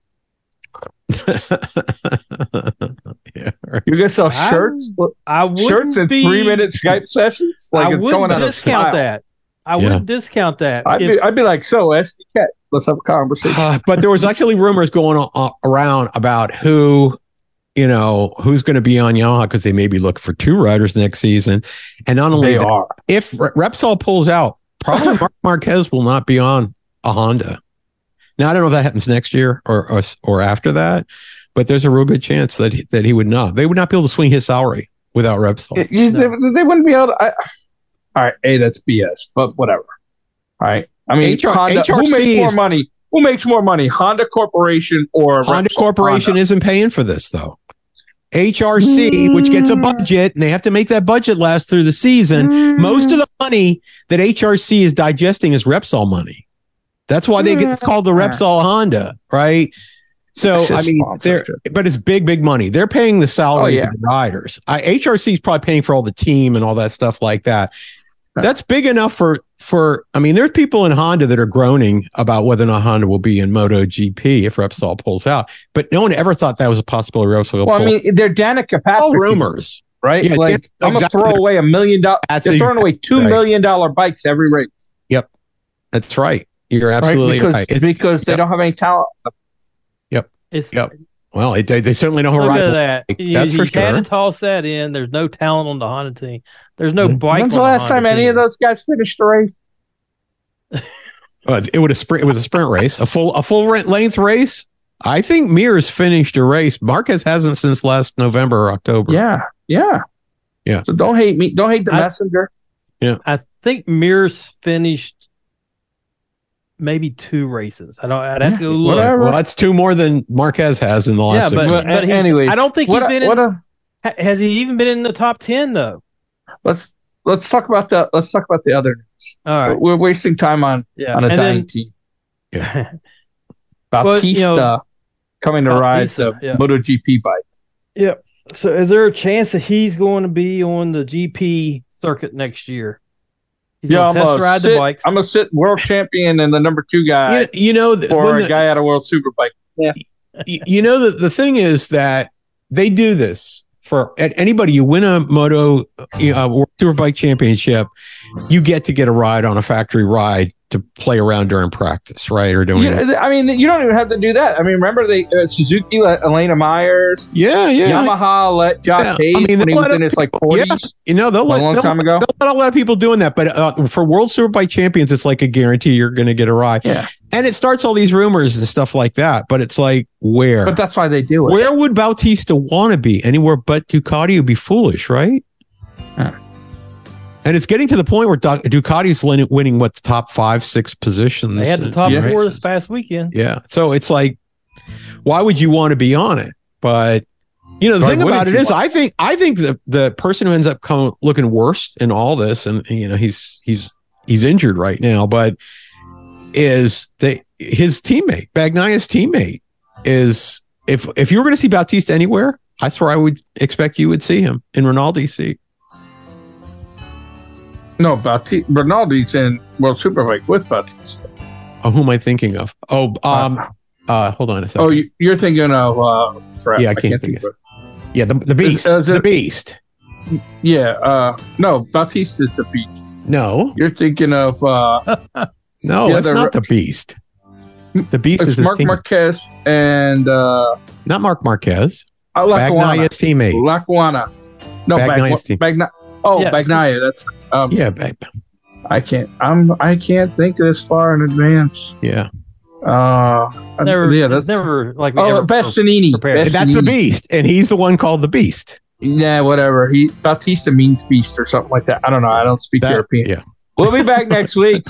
Speaker 1: yeah, right.
Speaker 2: You're going to sell
Speaker 3: I
Speaker 2: shirts,
Speaker 3: I would
Speaker 2: shirts and
Speaker 3: be,
Speaker 2: three minute Skype sessions. Like
Speaker 3: I
Speaker 2: it's
Speaker 3: wouldn't
Speaker 2: going out of
Speaker 3: discount
Speaker 2: style.
Speaker 3: that. I
Speaker 1: Yeah.
Speaker 3: wouldn't discount that.
Speaker 2: I'd
Speaker 3: If-
Speaker 2: be, I'd be like, so SDK, let's have a conversation.
Speaker 1: Uh, but there was actually rumors going on, around about who, you know, who's going to be on Yamaha because they may be looking for two riders next season. And not only
Speaker 2: They
Speaker 1: that,
Speaker 2: are.
Speaker 1: if Re- Repsol pulls out, probably Mark Marquez will not be on a Honda. Now I don't know if that happens next year or or, or after that, but there's a real good chance that he, that he would not. They would not be able to swing his salary without Repsol.
Speaker 2: You- They, they wouldn't be able to. I, all right, hey, that's BS, but whatever. All right. I mean,
Speaker 1: HR
Speaker 2: Honda, who
Speaker 1: HRC
Speaker 2: makes more
Speaker 1: is-
Speaker 2: money? Who makes more money, Honda Corporation or
Speaker 1: Honda
Speaker 2: Repsol?
Speaker 1: Corporation
Speaker 2: Honda.
Speaker 1: isn't paying for this though. HRC, which gets a budget, and they have to make that budget last through the season. Most of the money that HRC is digesting is Repsol money. That's why they get it's called the Repsol Honda, right? So
Speaker 2: It's
Speaker 1: I
Speaker 2: just
Speaker 1: mean, they're
Speaker 2: sponsorship.
Speaker 1: but it's big, big money. They're paying the salaries
Speaker 2: Oh, yeah.
Speaker 1: of the riders. I, HRC is probably paying for all the team and all that stuff like that. That's big enough for for. I mean, there's people in Honda that are groaning about whether or not Honda will be in Moto GP if Repsol pulls out. But no one ever thought that was a possibility. Repsol will
Speaker 2: Well, I
Speaker 1: pull.
Speaker 2: mean, they're Danica Patrick,
Speaker 1: all rumors.
Speaker 2: right?
Speaker 1: Yeah,
Speaker 2: like,
Speaker 1: yeah,
Speaker 2: I'm gonna
Speaker 1: exactly.
Speaker 2: throw away a million dollars.
Speaker 1: That's
Speaker 2: They're throwing away two
Speaker 1: right.
Speaker 2: million dollar bikes every race,
Speaker 1: That's right. You're
Speaker 2: right?
Speaker 1: absolutely
Speaker 2: because,
Speaker 1: right. It's-
Speaker 2: because they
Speaker 1: yep.
Speaker 2: don't have any talent.
Speaker 3: it's,
Speaker 1: Yep. well, it, they, they certainly don't
Speaker 3: Look
Speaker 1: arrive.
Speaker 3: at that.
Speaker 1: That's
Speaker 3: you,
Speaker 1: for
Speaker 3: you had
Speaker 1: sure.
Speaker 3: to toss that in. There's no talent on the Honda team. There's no
Speaker 1: Mhm.
Speaker 3: bike.
Speaker 2: When's
Speaker 3: on
Speaker 2: the last
Speaker 3: Honda
Speaker 2: time any
Speaker 3: team.
Speaker 2: of those guys finished the race?
Speaker 1: Uh, it would a sprint. It was a sprint race, a full a full rent length race. I think Mears finished a race. Marquez hasn't since last November or October.
Speaker 2: Yeah, yeah,
Speaker 1: Yeah.
Speaker 2: So don't hate me. Don't hate the
Speaker 3: I-
Speaker 2: messenger.
Speaker 3: I think Mears finished maybe two races. I don't. I'd have to go look.
Speaker 2: whatever.
Speaker 1: Well, that's two more than Marquez has in the
Speaker 3: Yeah,
Speaker 1: last. six
Speaker 3: but,
Speaker 1: months.
Speaker 3: but
Speaker 2: Well, a-
Speaker 3: he's-
Speaker 2: anyways,
Speaker 3: I don't think
Speaker 2: What
Speaker 3: he's
Speaker 2: a,
Speaker 3: been.
Speaker 2: what
Speaker 3: in,
Speaker 2: a
Speaker 3: ha- has he even been in the top ten though?
Speaker 2: let's let's talk about the let's talk about the other.
Speaker 3: All right.
Speaker 2: We're wasting time on
Speaker 3: Yeah.
Speaker 2: on a
Speaker 3: and
Speaker 2: dying
Speaker 3: then,
Speaker 2: team.
Speaker 1: Yeah.
Speaker 2: Bautista
Speaker 3: you know,
Speaker 2: coming to ride
Speaker 3: Bautista,
Speaker 2: the
Speaker 3: yeah.
Speaker 2: MotoGP bike.
Speaker 3: so, is there a chance that he's going to be on the GP circuit next year? He's
Speaker 2: yeah,
Speaker 3: going
Speaker 2: I'm
Speaker 3: to test
Speaker 2: a
Speaker 3: ride the
Speaker 2: sit,
Speaker 3: bikes.
Speaker 2: I'm a sit world champion and the number two guy
Speaker 1: you, you know, th-
Speaker 2: or
Speaker 1: when
Speaker 2: a
Speaker 1: the-
Speaker 2: guy out of World Superbike.
Speaker 1: you you know the, the thing is that they do this for at anybody you win a moto you know, a World superbike championship you get to get a ride on a factory ride to play around during practice right or doing
Speaker 2: You- I mean, you don't even have to do that. I mean, remember they uh, Suzuki let Elena Myers,
Speaker 1: yeah yeah
Speaker 2: Yamaha let Josh
Speaker 1: Yeah, I
Speaker 2: Hayes
Speaker 1: mean,
Speaker 2: when
Speaker 1: they
Speaker 2: he was
Speaker 1: let up
Speaker 2: in his like
Speaker 1: people- yeah.
Speaker 2: 40s
Speaker 1: you know they'll
Speaker 2: a
Speaker 1: let,
Speaker 2: long
Speaker 1: they'll,
Speaker 2: time ago.
Speaker 1: they'll let a lot of people doing that but uh, for world superbike champions it's like a guarantee you're going to get a ride
Speaker 2: Yeah.
Speaker 1: and it starts all these rumors and stuff like that but it's like where
Speaker 2: But that's why they do it.
Speaker 1: where would Bautista want to be? Anywhere but Ducati would be foolish, right?
Speaker 2: Huh.
Speaker 1: And it's getting to the point where Doc- Ducati's lin- winning what the top five, six positions.
Speaker 3: they had the
Speaker 1: in
Speaker 3: top
Speaker 2: Yeah.
Speaker 3: four
Speaker 1: races.
Speaker 3: this past weekend.
Speaker 1: Yeah. So it's like, why would you want to be on it? But you know, the
Speaker 2: Why
Speaker 1: thing about
Speaker 2: wouldn't
Speaker 1: it
Speaker 2: you
Speaker 1: is,
Speaker 2: want-
Speaker 1: I think I think the the person who ends up coming looking worse in all this, and you know, he's he's he's injured right now, but is the his teammate Bagnaya's teammate is if if you were going to see Bautista anywhere, that's where I would expect you would see him in Rinaldi's seat.
Speaker 2: No, Bautista, Rinaldi's in World Superbike with Bautista.
Speaker 1: Oh, who am I thinking of? Oh, um, uh, hold on a second.
Speaker 2: Oh, you- you're thinking of uh, crap,
Speaker 1: Yeah, I can't think of- yeah, the, the beast.
Speaker 2: is
Speaker 1: the
Speaker 2: it-
Speaker 1: beast.
Speaker 2: Yeah, uh, no, Bautista's the beast.
Speaker 1: No,
Speaker 2: You're thinking of uh,
Speaker 1: no,
Speaker 2: Yeah,
Speaker 1: it's
Speaker 2: the-
Speaker 1: not the beast. The beast is
Speaker 2: it's
Speaker 1: his
Speaker 2: Mark
Speaker 1: team,
Speaker 2: Marquez and uh,
Speaker 1: not Mark Marquez.
Speaker 2: Lackawanna.
Speaker 1: Bagnaia's teammate.
Speaker 2: Lackawanna. No,
Speaker 1: Bagnaya's
Speaker 2: Bagna.
Speaker 1: team.
Speaker 2: Bagna- oh,
Speaker 3: Yeah.
Speaker 2: Bagnaya. That's um,
Speaker 1: Yeah, babe.
Speaker 2: I can't. I'm. I can't think this far in advance.
Speaker 1: Yeah,
Speaker 2: Uh,
Speaker 3: Never,
Speaker 2: yeah, that's
Speaker 3: never like we
Speaker 2: Oh,
Speaker 3: ever-
Speaker 2: Bastianini.
Speaker 3: prepared.
Speaker 2: Bastianini.
Speaker 1: that's the beast, and he's the one called the beast.
Speaker 2: Yeah, whatever. He Bautista means beast or something like that. I don't know. I don't speak
Speaker 1: That-
Speaker 2: European.
Speaker 1: yeah.
Speaker 2: We'll be back next week.